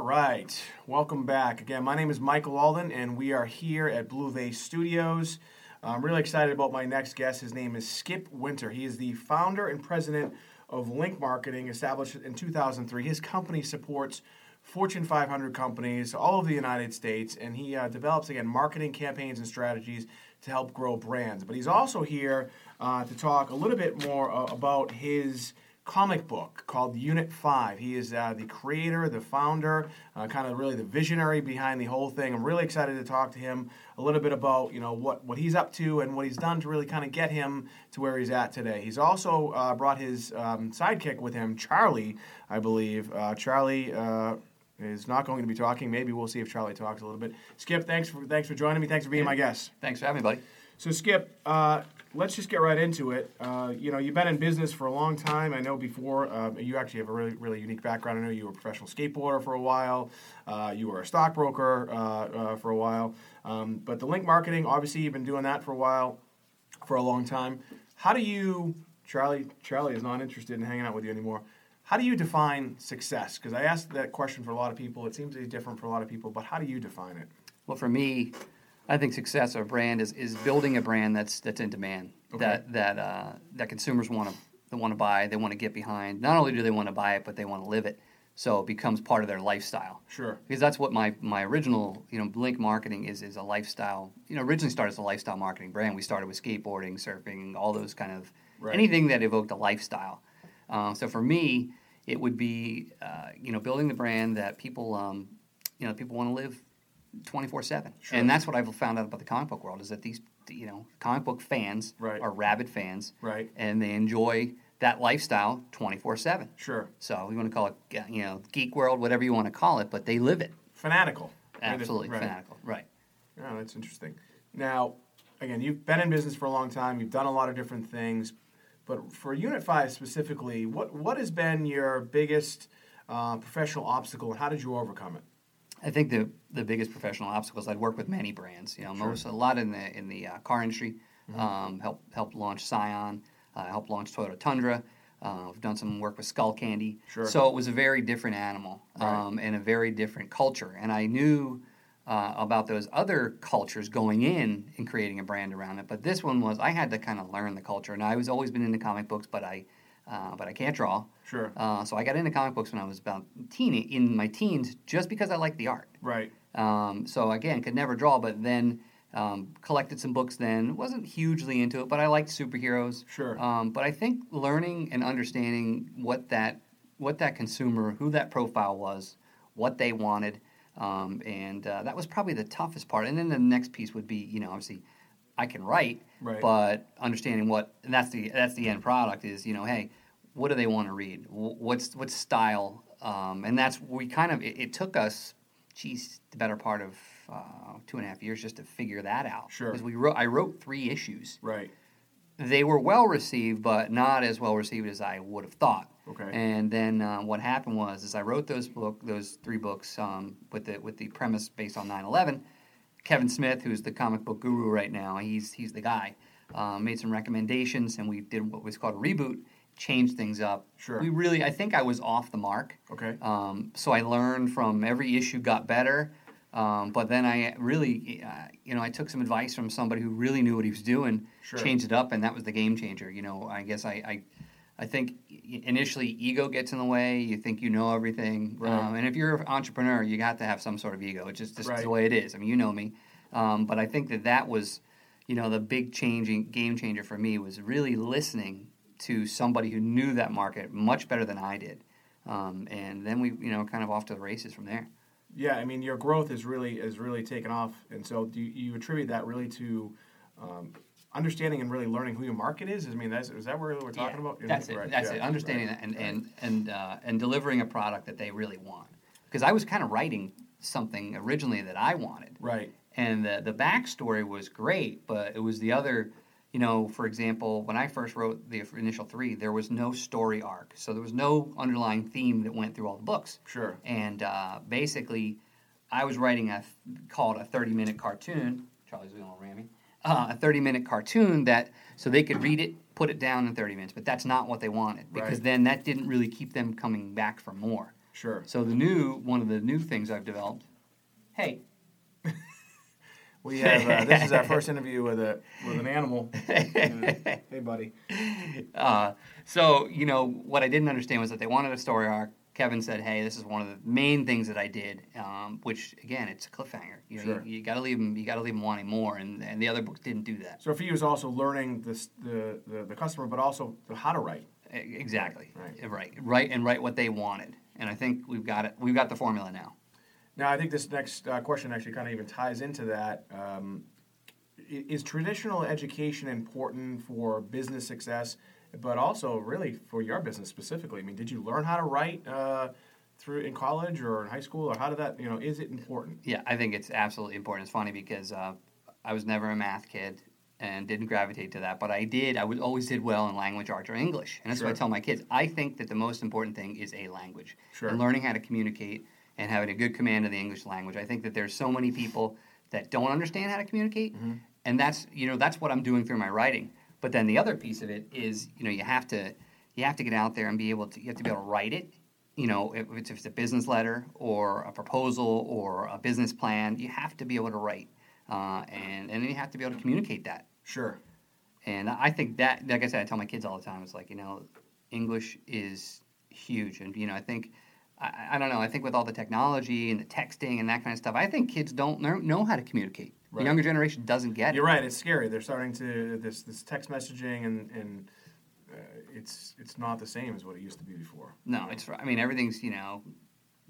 right, welcome back. Again, my name is Michael Alden, and we are here at Blue Vase Studios. I'm really excited about my next guest. His name is Skip Winter. He is the founder and president of Link Marketing, established in 2003. His company supports Fortune 500 companies all over the United States, and he uh, develops, again, marketing campaigns and strategies to help grow brands. But he's also here uh, to talk a little bit more uh, about his comic book called Unit 5. He is uh, the creator, the founder, uh, kind of really the visionary behind the whole thing. I'm really excited to talk to him a little bit about, you know, what, what he's up to and what he's done to really kind of get him to where he's at today. He's also uh, brought his um, sidekick with him, Charlie, I believe. Uh, Charlie uh, is not going to be talking. Maybe we'll see if Charlie talks a little bit. Skip, thanks for, thanks for joining me. Thanks for being my guest. Thanks for having me, buddy. So, Skip, uh, let's just get right into it. Uh, you know, you've been in business for a long time. I know before uh, you actually have a really, really unique background. I know you were a professional skateboarder for a while. Uh, you were a stockbroker uh, uh, for a while. Um, but the link marketing, obviously, you've been doing that for a while, for a long time. How do you, Charlie? Charlie is not interested in hanging out with you anymore. How do you define success? Because I asked that question for a lot of people. It seems to be different for a lot of people, but how do you define it? Well, for me, I think success of a brand is, is building a brand that's that's in demand that that uh, that consumers want to they want to buy, they want to get behind. Not only do they want to buy it, but they want to live it. So it becomes part of their lifestyle. Sure. Because that's what my my original you know Blink marketing is is a lifestyle. You know, originally started as a lifestyle marketing brand. We started with skateboarding, surfing, all those kind of Right. anything that evoked a lifestyle. Um, so for me, it would be uh, you know building the brand that people um, you know people want to live twenty four seven, Sure. and that's what I've found out about the comic book world is that these you know comic book fans Right. are rabid fans, Right. and they enjoy that lifestyle twenty four seven. Sure. So you want to call it uh, you know geek world, whatever you want to call it, but they live it Fanatical. absolutely Right. fanatical, right? Oh, that's interesting. Now, again, you've been in business for a long time. You've done a lot of different things, but for Unit Five specifically, what what has been your biggest uh, professional obstacle, and how did you overcome it? I think the the biggest professional obstacles. I'd work with many brands. You know, most a lot in the in the uh, car industry. Mm-hmm. Um, help help launch Scion. Uh, help launch Toyota Tundra. Uh, I've done some work with Skull Candy. Sure. So it was a very different animal Right. um, and a very different culture. And I knew uh, about those other cultures going in and creating a brand around it. But this one was I had to kind of learn the culture. And I was always been into comic books, but I uh, but I can't draw. Sure. Uh, so I got into comic books when I was about teen in my teens, just because I liked the art. right. Um, so again, could never draw, but then um, collected some books. Then wasn't hugely into it, but I liked superheroes. Sure. Um, but I think learning and understanding what that what that consumer, who that profile was, what they wanted, um, and uh, that was probably the toughest part. And then the next piece would be, you know, obviously, I can write, Right. but understanding what and that's the that's the end product is, you know, hey, what do they want to read? Wh- What's what style? Um, and that's we kind of it, it took us, geez, the better part of uh, two and a half years just to figure that out. Sure. 'Cause we wrote I wrote three issues Right. they were well received, but not as well received as I would have thought. Okay. And then uh, what happened was, is I wrote those book, those three books, um, with the with the premise based on 9/11. Kevin Smith, who's the comic book guru right now, he's he's the guy. Uh, made some recommendations, and we did what was called a reboot, changed things up. Sure. We really, I think, I was off the mark. Okay. Um, so I learned from every issue, got better. Um, but then I really, uh, you know, I took some advice from somebody who really knew what he was doing, Sure. changed it up, and that was the game changer. You know, I guess I, I, I think i- initially ego gets in the way. You think you know everything, Right. um, and if you're an entrepreneur, you got to have some sort of ego. It's just, just Right. the way it is. I mean, you know me. Um, but I think that that was, you know, the big changing game changer for me was really listening to somebody who knew that market much better than I did. Um, and then we, you know, kind of off to the races from there. Yeah, I mean, your growth is really is really taken off, and so do you, you attribute that really to um, understanding and really learning who your market is? I mean, that's, is that where we're talking Yeah, about? That's it. Right, That's yeah, it. Understanding right, that and right. and and uh, and delivering a product that they really want. Because I was kind of writing something originally that I wanted, Right. and the the backstory was great, but it was the other. You know, for example, when I first wrote the initial three, there was no story arc, so there was no underlying theme that went through all the books. Sure. And uh, basically, I was writing a called a 30 minute cartoon. Charlie's going to ram me. Uh, a 30 minute cartoon that so they could read it, put it down in 30 minutes. But that's not what they wanted because Right. then that didn't really keep them coming back for more. Sure. So the new one of the new things I've developed. Hey, We have uh, this is our first interview with a with an animal. hey, buddy. Uh, so you know what I didn't understand was that they wanted a story arc. Kevin said, "Hey, this is one of the main things that I did," um, which again, it's a cliffhanger. You, know, Sure. you, you got to leave them. You got to leave them wanting more, and, and the other books didn't do that. So for you, it's also learning this, the, the the customer, but also how to write. E- Exactly. Right. Right. Right. And write what they wanted. And I think we've got it. We've got the formula now. Now, I think this next uh, question actually kind of even ties into that. Um, i- is traditional education important for business success, but also really for your business specifically? I mean, did you learn how to write uh, through in college or in high school, or how did that? You know, is it important? Yeah, I think it's absolutely important. It's funny because uh, I was never a math kid and didn't gravitate to that, but I did. I would always did well in language arts or English, and that's what I Sure. tell my kids. I think that the most important thing is a language Sure. and learning how to communicate and having a good command of the English language. I think that there's so many people that don't understand how to communicate, and that's you know that's what I'm doing through my writing. But then the other piece of it is you know you have to you have to get out there and be able to you have to be able to write it you know, if it's, if it's a business letter or a proposal or a business plan, you have to be able to write, uh, and and then you have to be able to communicate that. Sure. And I think that, like I said, I tell my kids all the time, it's like you know, English is huge, and you know, I think. I, I don't know. I think with all the technology and the texting and that kind of stuff, I think kids don't know, know how to communicate. Right. The younger generation doesn't get it. You're right. It's scary. They're starting to this this text messaging and and uh, it's it's not the same as what it used to be before. No, it's. I mean, everything's you know,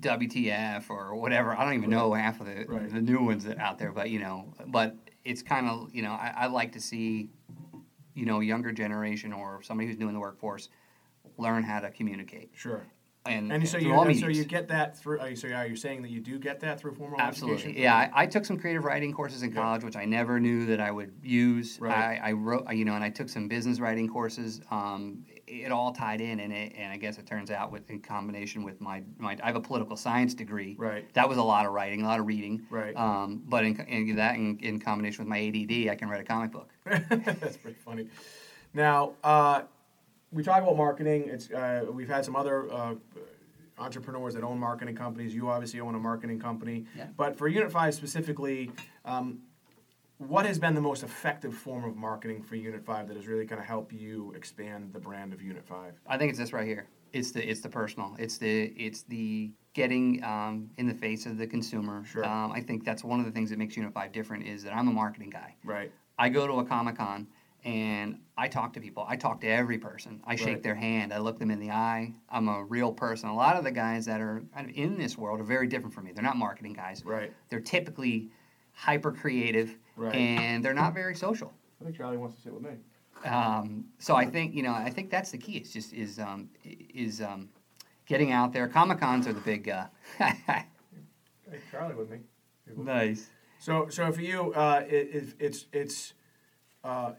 WTF or whatever. I don't even know half of the Right. the new ones that are out there, but you know, but it's kind of you know, I, I like to see, you know, younger generation or somebody who's new in the workforce learn how to communicate Sure. and, And so through you all and so mediums. you get that through. Are you, so are you saying that you do get that through formal education? Absolutely. Yeah, I, I took some creative writing courses in Yeah. college, which I never knew that I would use. Right. I, I wrote, you know, and I took some business writing courses. Um, it all tied in, and it, and I guess it turns out with in combination with my, my I have a political science degree. Right. That was a lot of writing, a lot of reading. Right. Um, but in, in that, in, in combination with my ADD, I can write a comic book. That's pretty funny. Now, uh, we talk about marketing. It's uh, we've had some other uh, entrepreneurs that own marketing companies. You obviously own a marketing company, Yeah. but for Unit Five specifically, um, what has been the most effective form of marketing for Unit Five that has really kind of helped you expand the brand of Unit Five? I think it's this right here. It's the it's the personal. It's the it's the getting um, in the face of the consumer. Sure. Um, I think that's one of the things that makes Unit Five different is that I'm a marketing guy. Right. I go to a comic con and I talk to people. I talk to every person. I Right. shake their hand. I look them in the eye. I'm a real person. A lot of the guys that are kind of in this world are very different from me. They're not marketing guys. Right. They're typically hyper creative Right. and they're not very social. I think Charlie wants to sit with me. Um, so I think you know I think that's the key. It's just is um, i- is um, getting out there. Comic cons are the big uh, Hey, Charlie with me. nice. So, so for you, uh, it, it, it's it's uh,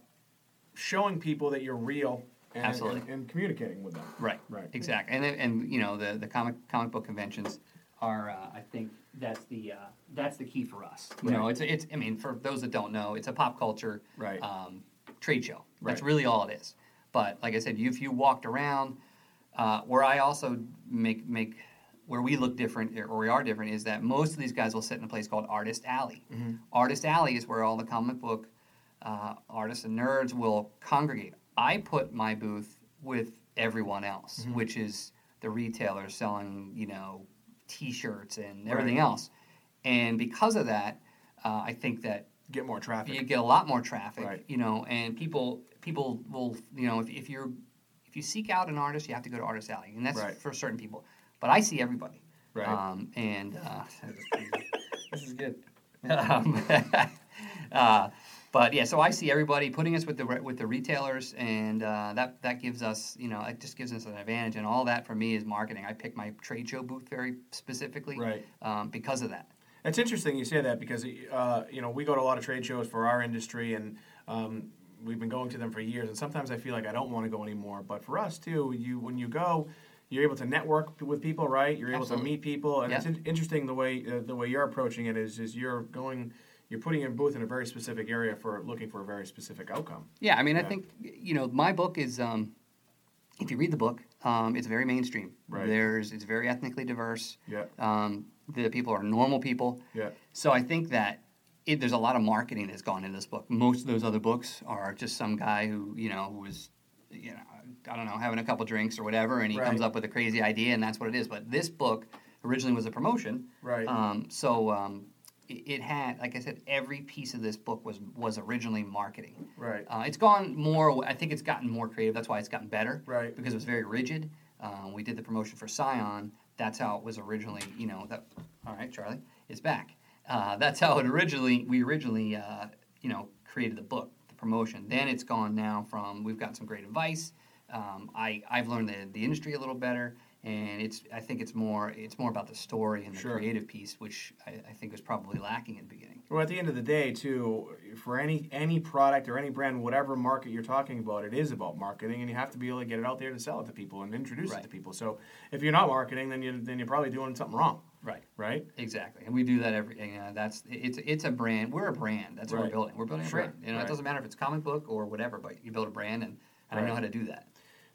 showing people that you're real and, Absolutely. and, and communicating with them. Right. Right. Exactly. And then- and you know the the comic comic book conventions are uh, I think that's the uh, that's the key for us. You know, Right. it's it's I mean for those that don't know, it's a pop culture Right. um, trade show. That's Right. really all it is. But like I said, you, if you walked around, uh, where I also make make where we look different or we are different is that most of these guys will sit in a place called Artist Alley. Mm-hmm. Artist Alley is where all the comic book uh, artists and nerds will congregate. I put my booth with everyone else, Mm-hmm. which is the retailers selling, you know, T-shirts and everything Right. else. And because of that, uh, I think that Get more traffic. you get a lot more traffic, Right. you know, and people people will, you know, if, if you're if you seek out an artist, you have to go to Artist Alley, and that's Right. for certain people. But I see everybody, Right. Um, and uh, this is good. Um, uh, but yeah, so I see everybody putting us with the re- with the retailers, and uh, that that gives us, you know, it just gives us an advantage, and all that for me is marketing. I pick my trade show booth very specifically, Right. um, because of that. It's interesting you say that because uh, you know we go to a lot of trade shows for our industry, and um, we've been going to them for years. And sometimes I feel like I don't want to go anymore. But for us too, you when you go, you're able to network with people, right? You're able Absolutely. to meet people, and Yeah. it's in- interesting the way uh, the way you're approaching it is is you're going. You're putting your booth in a very specific area for looking for a very specific outcome. Yeah, I mean, I Yeah. think you know, my book is um, if you read the book, um, it's very mainstream. Right. There's it's very ethnically diverse. Yeah. Um, the people are normal people. Yeah. So I think that it, there's a lot of marketing that's gone into this book. Most of those other books are just some guy who you know who was you know I don't know having a couple drinks or whatever, and he comes Right. up with a crazy idea, and that's what it is. But this book originally was a promotion. Right. Um, so um, it, it had, like I said, every piece of this book was was originally marketing. Right. Uh, it's gone more. I think it's gotten more creative. That's why it's gotten better. Right. Because it was very rigid. Uh, we did the promotion for Scion. That's how it was originally. You know that. All right, Charlie is back. Uh, that's how it originally. We originally. Uh, you know, created the book, the promotion. Then it's gone now from. We've got some great advice. Um, I I've learned the, the industry a little better, and it's. I think it's more. It's more about the story and the Sure. creative piece, which I, I think was probably lacking in the beginning. Well, at the end of the day, too, for any any product or any brand, whatever market you're talking about, it is about marketing, and you have to be able to get it out there to sell it to people and introduce it Right. to people. So, if you're not marketing, then you then you're probably doing something wrong, Right. right? Exactly, and we do that every. You know, that's it's it's a brand. We're a brand. That's what Right. we're building. We're building Sure, a brand. You know, right. it doesn't matter if it's comic book or whatever, but you build a brand, and, and I know Right. how to do that.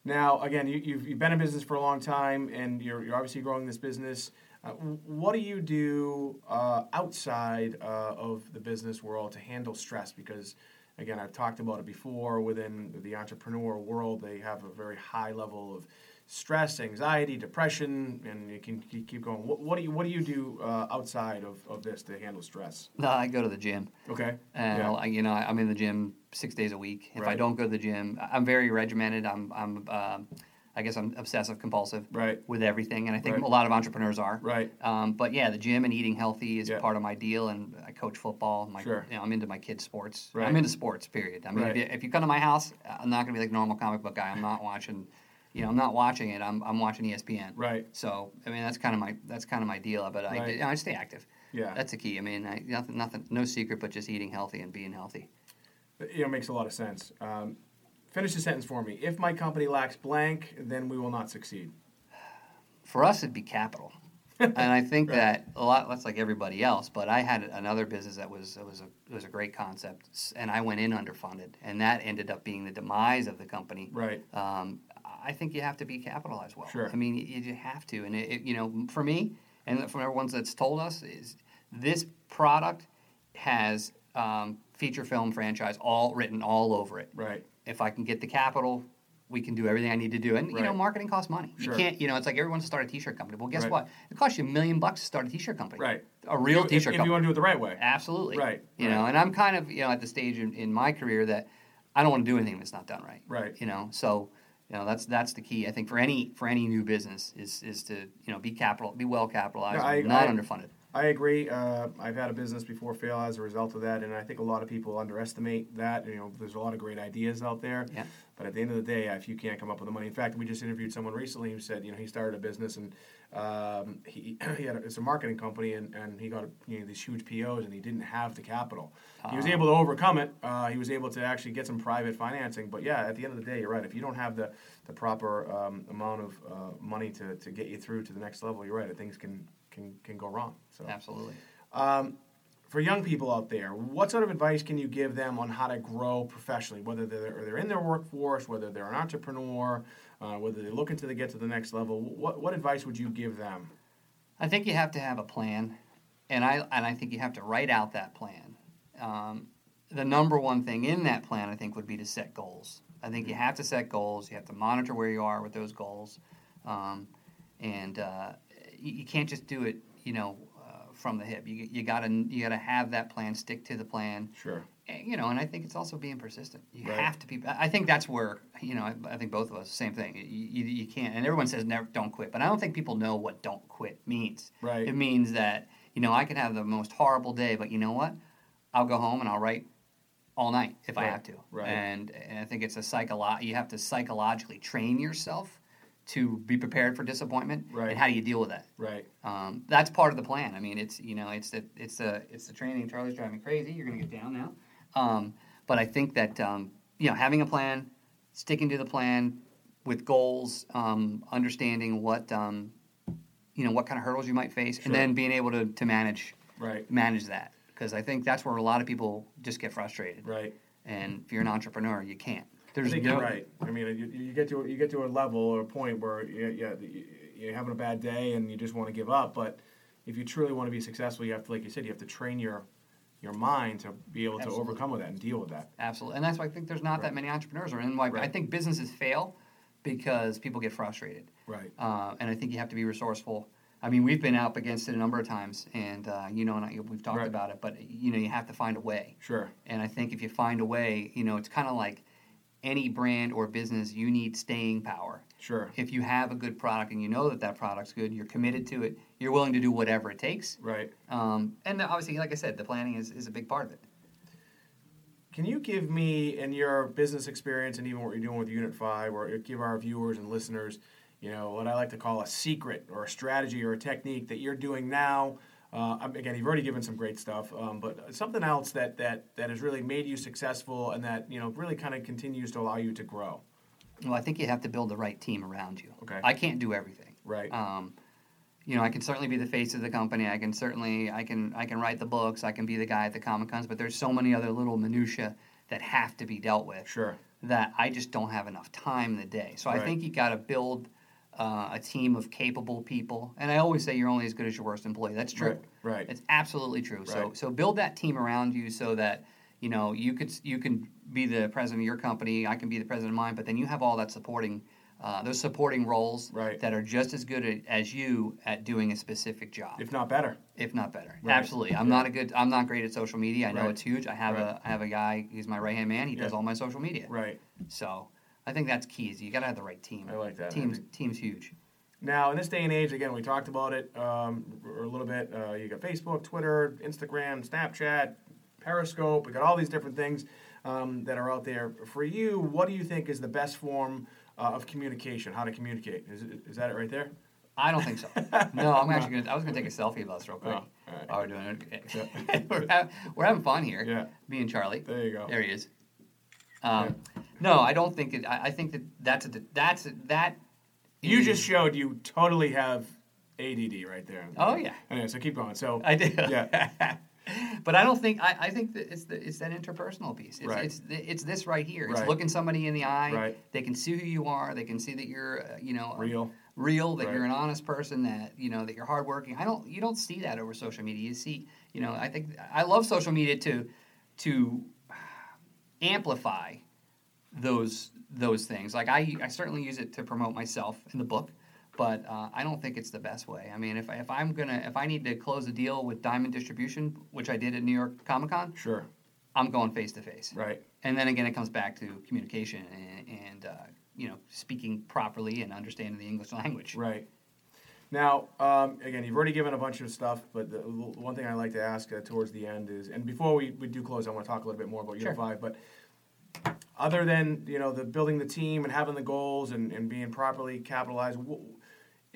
Now, again, you, you've, you've been in business for a long time, and you're, you're obviously growing this business. Uh, w- what do you do uh, outside uh, of the business world to handle stress? Because, again, I've talked about it before. Within the entrepreneur world, they have a very high level of stress, anxiety, depression, and you can keep keep going. What, what do you What do you do uh, outside of, of this to handle stress? No, I go to the gym. Okay. And I'll, Uh, I- you know, I'm in the gym six days a week. If I Right. don't go to the gym, I- I'm very regimented. I'm, I'm, uh, I guess I'm obsessive compulsive Right. with everything, and I think Right. a lot of entrepreneurs are. Right. Um, but yeah, the gym and eating healthy is Yeah. part of my deal, and I coach football. My, Sure. you know, I'm into my kids' sports. Right. I'm into sports. Period. I mean, Right. if, you, if you come to my house, I'm not gonna be like a normal comic book guy. I'm not watching. You know, I'm not watching it. I'm, I'm watching E ESPN. Right. So, I mean, that's kind of my that's kind of my deal. But I, Right. you know, I stay active. Yeah. That's the key. I mean, I, nothing, nothing, no secret, but just eating healthy and being healthy. you know, makes a lot of sense. Um, finish the sentence for me. If my company lacks blank, then we will not succeed. For us, it'd be capital, and I think that a lot. That's like everybody else. But I had another business that was it was a it was a great concept, s- and I went in underfunded, and that ended up being the demise of the company. Right. Um, I think you have to be capitalized well. Sure. I mean, you, you have to, and it, it, you know, for me, and from everyone that's told us, is this product has um, feature film franchise all written all over it. Right. if I can get the capital, we can do everything I need to do. And you know, Right. marketing costs money. Sure. You can't, you know, it's like everyone start a t-shirt company. Well, guess Right. what? It costs you a million bucks to start a t-shirt company. Right. A real If- t-shirt If, company. you want to do it the right way. Absolutely. Right, You right. know, and I'm kind of, you know, at the stage in, in my career that I don't want to do anything that's not done right. Right. You know, so you know, that's that's the key. I think for any for any new business is is to, you know, be capital be well capitalized, No, I- and not I- underfunded. I agree. Uh, I've had a business before fail as a result of that, and I think a lot of people underestimate that. You know, there's a lot of great ideas out there, Yeah. but at the end of the day, if you can't come up with the money, in fact, we just interviewed someone recently who said, you know, he started a business and um, he, he had a, it's a marketing company, and, and he got you know these huge POs, and he didn't have the capital. He was able to overcome it. Uh, he was able to actually get some private financing, but yeah, at the end of the day, you're right. If you don't have the the proper um, amount of uh, money to, to get you through to the next level, you're right. Things can can can go wrong. So Absolutely. for young people out there, what sort of advice can you give them on how to grow professionally, whether they're, they're in their workforce, whether they're an entrepreneur, uh, whether they're looking to the, get to the next level? What, what advice would you give them? I think you have to have a plan, and I and I think you have to write out that plan. Um, the number one thing in that plan, I think, would be to set goals. I think you have to set goals. You have to monitor where you are with those goals, um, and uh, you, you can't just do it, you know, uh, from the hip. You, you gotta you gotta have that plan. Stick to the plan Sure. and, you know, and I think it's also being persistent. You Right. have to be. I I think that's where you know. I, I think both of us, same thing. You, you, you can't. And everyone says never, don't quit, but I don't think people know what don't quit means. Right. It means that you know I can have the most horrible day, but you know what? I'll go home and I'll write all night if Right. I have to. Right. And, and I think it's a psycholo- You have to psychologically train yourself to be prepared for disappointment. Right. And how do you deal with that? Right. Um, that's part of the plan. I mean, it's you know, it's the it's the it's the training. Charlie's driving me crazy. You're gonna get down now. Um, but I think that um, you know, having a plan, sticking to the plan, with goals, um, understanding what um, you know what kind of hurdles you might face, Sure. and then being able to to manage Right. manage that because I think that's where a lot of people just get frustrated. Right. And if you're an entrepreneur, you can't. I There's think no you're right. I mean, you, you get to you get to a level or a point where you, you, you're having a bad day and you just want to give up. But if you truly want to be successful, you have to, like you said, you have to train your your mind to be able to Absolutely. overcome with that and deal with that. Absolutely. And that's why I think there's not that many entrepreneurs, or and why I Right. think businesses fail because people get frustrated. Right. Uh, and I think you have to be resourceful. I mean, we've been up against it a number of times, and uh, you know, and I, we've talked Right. about it. But you know, you have to find a way. Sure. And I think if you find a way, you know, it's kind of like any brand or business, you need staying power. Sure. If you have a good product and you know that that product's good, you're committed to it, you're willing to do whatever it takes. Right. Um, and obviously, like I said, the planning is, is a big part of it. Can you give me in your business experience and even what you're doing with Unit Five, or give our viewers and listeners, you know, what I like to call a secret or a strategy or a technique that you're doing now? Uh, I'm- again, you've already given some great stuff, um, but something else that that that has really made you successful and that you know really kind of continues to allow you to grow. Well, I think you have to build the right team around you. Okay. I can't do everything. Right. Um, you know, I can certainly be the face of the company. I can certainly, I can, I can write the books. I can be the guy at the comic cons. But there's so many other little minutia that have to be dealt with. Sure. That I just don't have enough time in the day. So I Right. think you got to build uh, a team of capable people. And I always say you're only as good as your worst employee. That's true. Right, right. It's absolutely true. So Right. so build that team around you so that you know you could you can be the president of your company. I can be the president of mine. But then you have all that supporting uh, those supporting roles Right. that are just as good at, as you at doing a specific job, if, If not better. not better. Right. Absolutely. I'm not a good. I'm not great at social media. I know Right. it's huge. I have Right. a I have a guy. He's my right hand man. He does Yeah. all my social media. Right. So I think that's key. Is you got to have the right team. I like that. I Teams think- teams huge. Now, in this day and age, again, we talked about it um, r- a little bit. Uh, you got Facebook, Twitter, Instagram, Snapchat, Periscope. We got all these different things um, that are out there. For you, what do you think is the best form uh, of communication? How to communicate? Is, it- is that it right there? I don't think so. No, I'm actually going to. I was going to take a selfie of us real quick. Oh, all right. While we're doing it. we're, ha- we're having fun here. Yeah. Me and Charlie. There you go. There he is. Um, No, I don't think it. I, I think that that's a, that's a, that. You is- just showed you totally have ADD right there. Oh, yeah. Anyway, so keep going. So I do. Yeah. but I don't think I, I think that it's the, it's that interpersonal piece. It's Right. it's, th- it's this right here. It's Right. looking somebody in the eye. Right. They can see who you are. They can see that you're uh, you know Real. real. That you're Right. an honest person. That you know that you're hardworking. I don't you don't see that over social media. You see you know I think I love social media to to amplify those those things. Like I, I certainly use it to promote myself in the book, but uh, I don't think it's the best way. I mean, if I, if I'm gonna if I need to close a deal with Diamond Distribution, which I did at New York Comic Con, sure. I'm going face to face. Right. And then again, it comes back to communication and, and uh, you know speaking properly and understanding the English language. Right. Now, um, again, you've already given a bunch of stuff, but the, the one thing I like to ask uh, towards the end is, and before we, we do close, I want to talk a little bit more about Sure. Unit 5, but other than, you know, the building the team and having the goals and, and being properly capitalized, wh-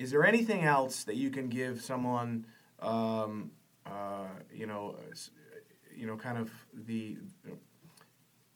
is there anything else that you can give someone, um, uh, you know, s- you know, kind of the,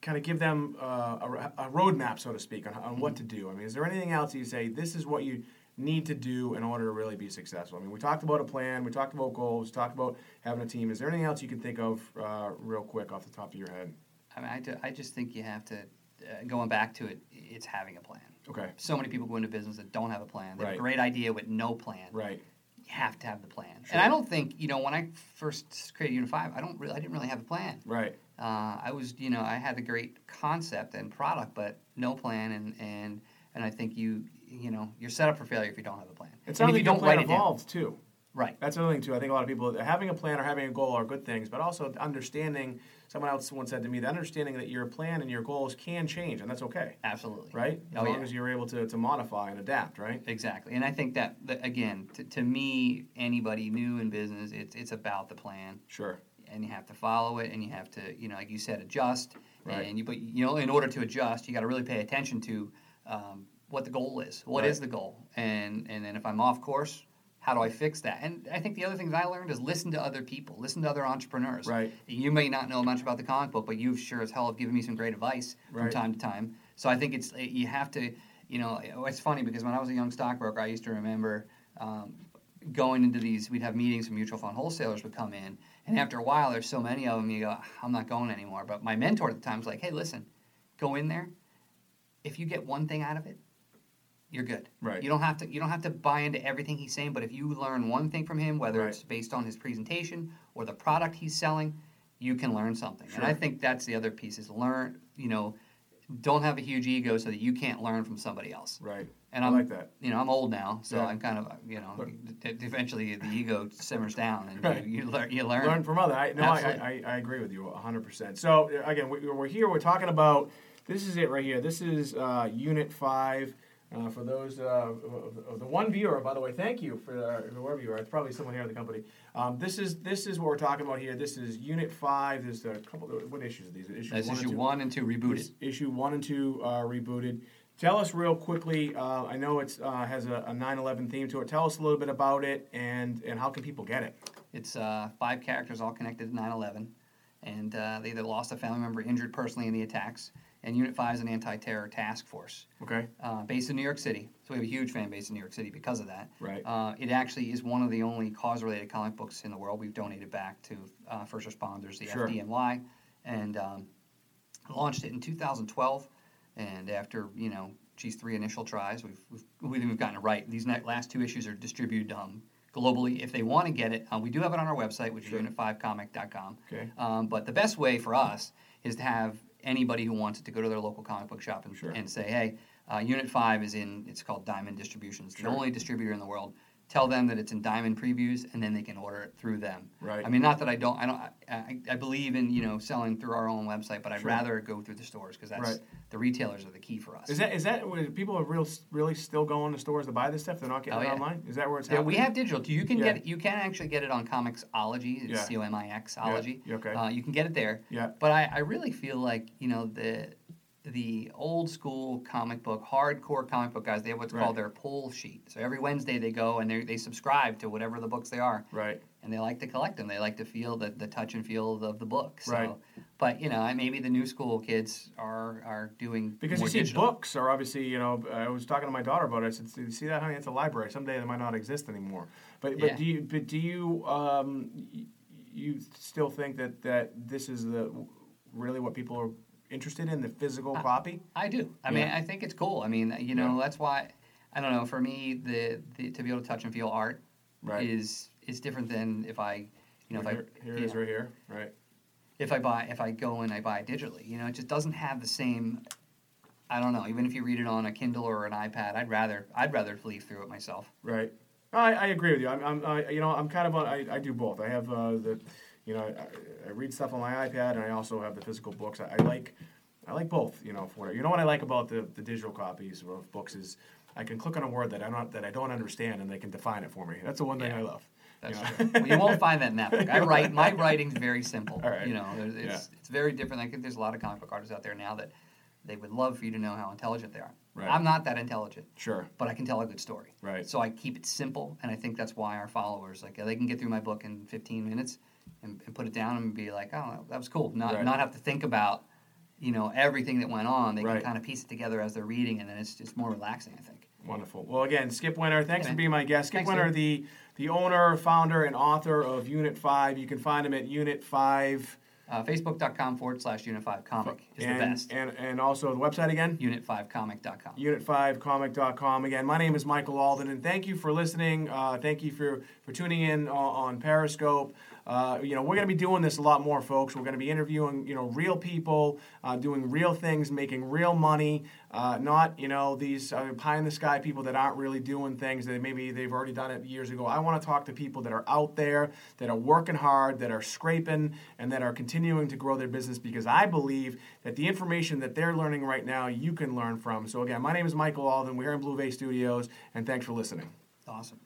kind of give them uh, a, a roadmap, so to speak, on, on what to Mm-hmm. do. I mean, is there anything else you say this is what you need to do in order to really be successful? I mean, we talked about a plan, we talked about goals, we talked about having a team. Is there anything else you can think of uh, real quick off the top of your head? I mean, I, ju- I just think you have to uh, going back to it. It's having a plan. Okay, So many people go into business that don't have a plan. They have Right. a great idea with no plan. right, you have to have the plan. Sure. And I don't think you know when I first created Unit Five, I don't really, I didn't really have a plan. right, Uh, I was you know I had the great concept and product, but no plan, and and and I think you you know you're set up for failure if you don't have a plan. It and sounds if like you your don't plan write it down. evolved too. right? That's another thing too. I think a lot of people having a plan or having a goal are good things, but also understanding. Someone else once said to me, the understanding that your plan and your goals can change, and that's okay, Absolutely. right? As Oh, long yeah. as you're able to, to modify and adapt, right? Exactly, and I think that, that again, to, to me, anybody new in business, it's it's about the plan. Sure. and you have to follow it and you have to you know like you said adjust Right. and you but you know in order to adjust you got to really pay attention to um, what the goal is What is Right. the goal and and then if i'm off course how do i fix that and i think the other things i learned is listen to other people listen to other entrepreneurs Right. you may not know much about the comic book but you've sure as hell have given me some great advice from Right. time to time so i think it's eh, you have to you know it's funny because when i was a young stockbroker i used to remember um, going into these, we'd have meetings and mutual fund wholesalers would come in. And after a while, there's so many of them, you go, I'm not going anymore. But my mentor at the time was like, hey, listen, go in there if you get one thing out of it, you're good. Right. You don't have to you don't have to buy into everything he's saying, but if you learn one thing from him, whether Right. it's based on his presentation or the product he's selling, you can learn something. And I Sure. think that's the other piece is learn, you know, don't have a huge ego so that you can't learn from somebody else. Right. And I I'm like that. You know, I'm old now, so Yeah. I'm kind of you know. Look. e- Eventually, the ego simmers down, and Right. you, you learn. You learn. Learn from other. I, no, I, I, Absolutely. I agree with you 100%. So, uh, again, we, we're here, we're talking about this is it right here. This is uh, Unit 5. Uh, for those, uh, of- of the one viewer, by the way, thank you for uh, whoever you are. It's probably someone here at the company. Um, this is this is what we're talking about here. This is Unit Five. There's a couple. What issues are these? Issue That's one and issue two? one and two rebooted. Is- Issue one and two uh, rebooted. Tell us real quickly. Uh, I know it's uh, has a, a 9/11 theme to it. Tell us a little bit about it and and how can people get it? It's uh, five characters all connected to 9 11. And uh, they either lost a family member, injured personally in the attacks. And Unit 5 is an anti terror task force Okay. uh, based in New York City. So we have a huge fan base in New York City because of that. Right. Uh, it actually is one of the only cause related comic books in the world we've donated back to uh, first responders, the Sure. FDNY, and um, launched it in 2012. And after, you know, geez, three initial tries, we've, we've, we think we've gotten it right. These ne- last two issues are distributed um, globally. If they want to get it, uh, we do have it on our website, which Sure. is unit5comic.com. Okay. Um, but the best way for us is to have anybody who wants it to go to their local comic book shop and, Sure. and say, hey, uh, Unit 5 is in, it's called Diamond Distributions, Sure. the only distributor in the world. Tell them that it's in Diamond Previews, and then they can order it through them. Right. I mean, not that I don't, I don't, I, I, I believe in you know selling through our own website, but I'd Sure. rather go through the stores because that's Right. the retailers are the key for us. Is that is that where people are real really still going to stores to buy this stuff? They're not getting Oh, it yeah. online. Is that where it's Yeah, happening? we have digital. You can Yeah. get you can actually get it on Comicsology. It's Yeah. C O M I Xology. Yeah, okay. Uh, you can get it there. Yeah. But I, I really feel like you know the the old school comic book, hardcore comic book guys, they have what's Right. called their pull sheet. So every Wednesday they go and they they subscribe to whatever the books they are, Right. and they like to collect them. They like to feel the, the touch and feel of the book. So, Right. But you know, I- maybe the new school kids are are doing Because more you see, digital. books are obviously, you know, I was talking to my daughter about it. I said, "See- "See that, honey? It's a library. Someday they might not exist anymore." But but Yeah. do you but do you um, y- you still think that that this is the really what people are interested in the physical Uh, copy? I do. I mean, Yeah. I think it's cool. I mean, you know, Yeah. that's why I don't know. For me, the, the to be able to touch and feel art Right. is is different than if I, you know, if here, I here it is yeah. right here, right? if I buy if I go and I buy it digitally, you know, it just doesn't have the same. I don't know. Even if you read it on a Kindle or an iPad, I'd rather I'd rather leaf through it myself. Right. I, I agree with you. I'm, I'm I, you know, I'm kind of on. I, I do both. I have uh, the, you know, I, I read stuff on my iPad, and I also have the physical books. I, I like, I like both. You know, for you know what I like about the, the digital copies of books is I can click on a word that I don't that I don't understand, and they can define it for me. That's the one thing I love. you That's know? true. Well, you won't find that in that book. I write my writing's very simple. All right. You know, there's- it's it's very different. I think there's a lot of comic book artists out there now that they would love for you to know how intelligent they are. Right. I'm not that intelligent. Sure. but I can tell a good story. Right. So I keep it simple, and I think that's why our followers like they can get through my book in 15 minutes and, and put it down and be like, oh, that was cool. Not Right. not have to think about you know everything that went on. They Right. can kind of piece it together as they're reading, and then it's just more relaxing. I think. Wonderful. Well, again, Skip Winter, thanks for Hey, man. being my guest. Skip Thanks, Winter, dude. the the owner, founder, and author of Unit Five. You can find him at Unit Five. Uh, Facebook.com forward slash Unit Five Comic is and, the best. And and also the website again. Unit Five Comic.com. unit5comic.com. Again, my name is Michael Alden, and thank you for listening. Uh, thank you for, for tuning in on, on Periscope. Uh, you know, we're going to be doing this a lot more, folks. We're going to be interviewing, you know, real people, uh, doing real things, making real money, uh, not, you know, these uh, pie-in-the-sky people that aren't really doing things that maybe they've already done it years ago. I want to talk to people that are out there, that are working hard, that are scraping, and that are continuing to grow their business because I believe that the information that they're learning right now, you can learn from. So, again, my name is Michael Alden. We're in Blue Bay Studios, and thanks for listening. Awesome.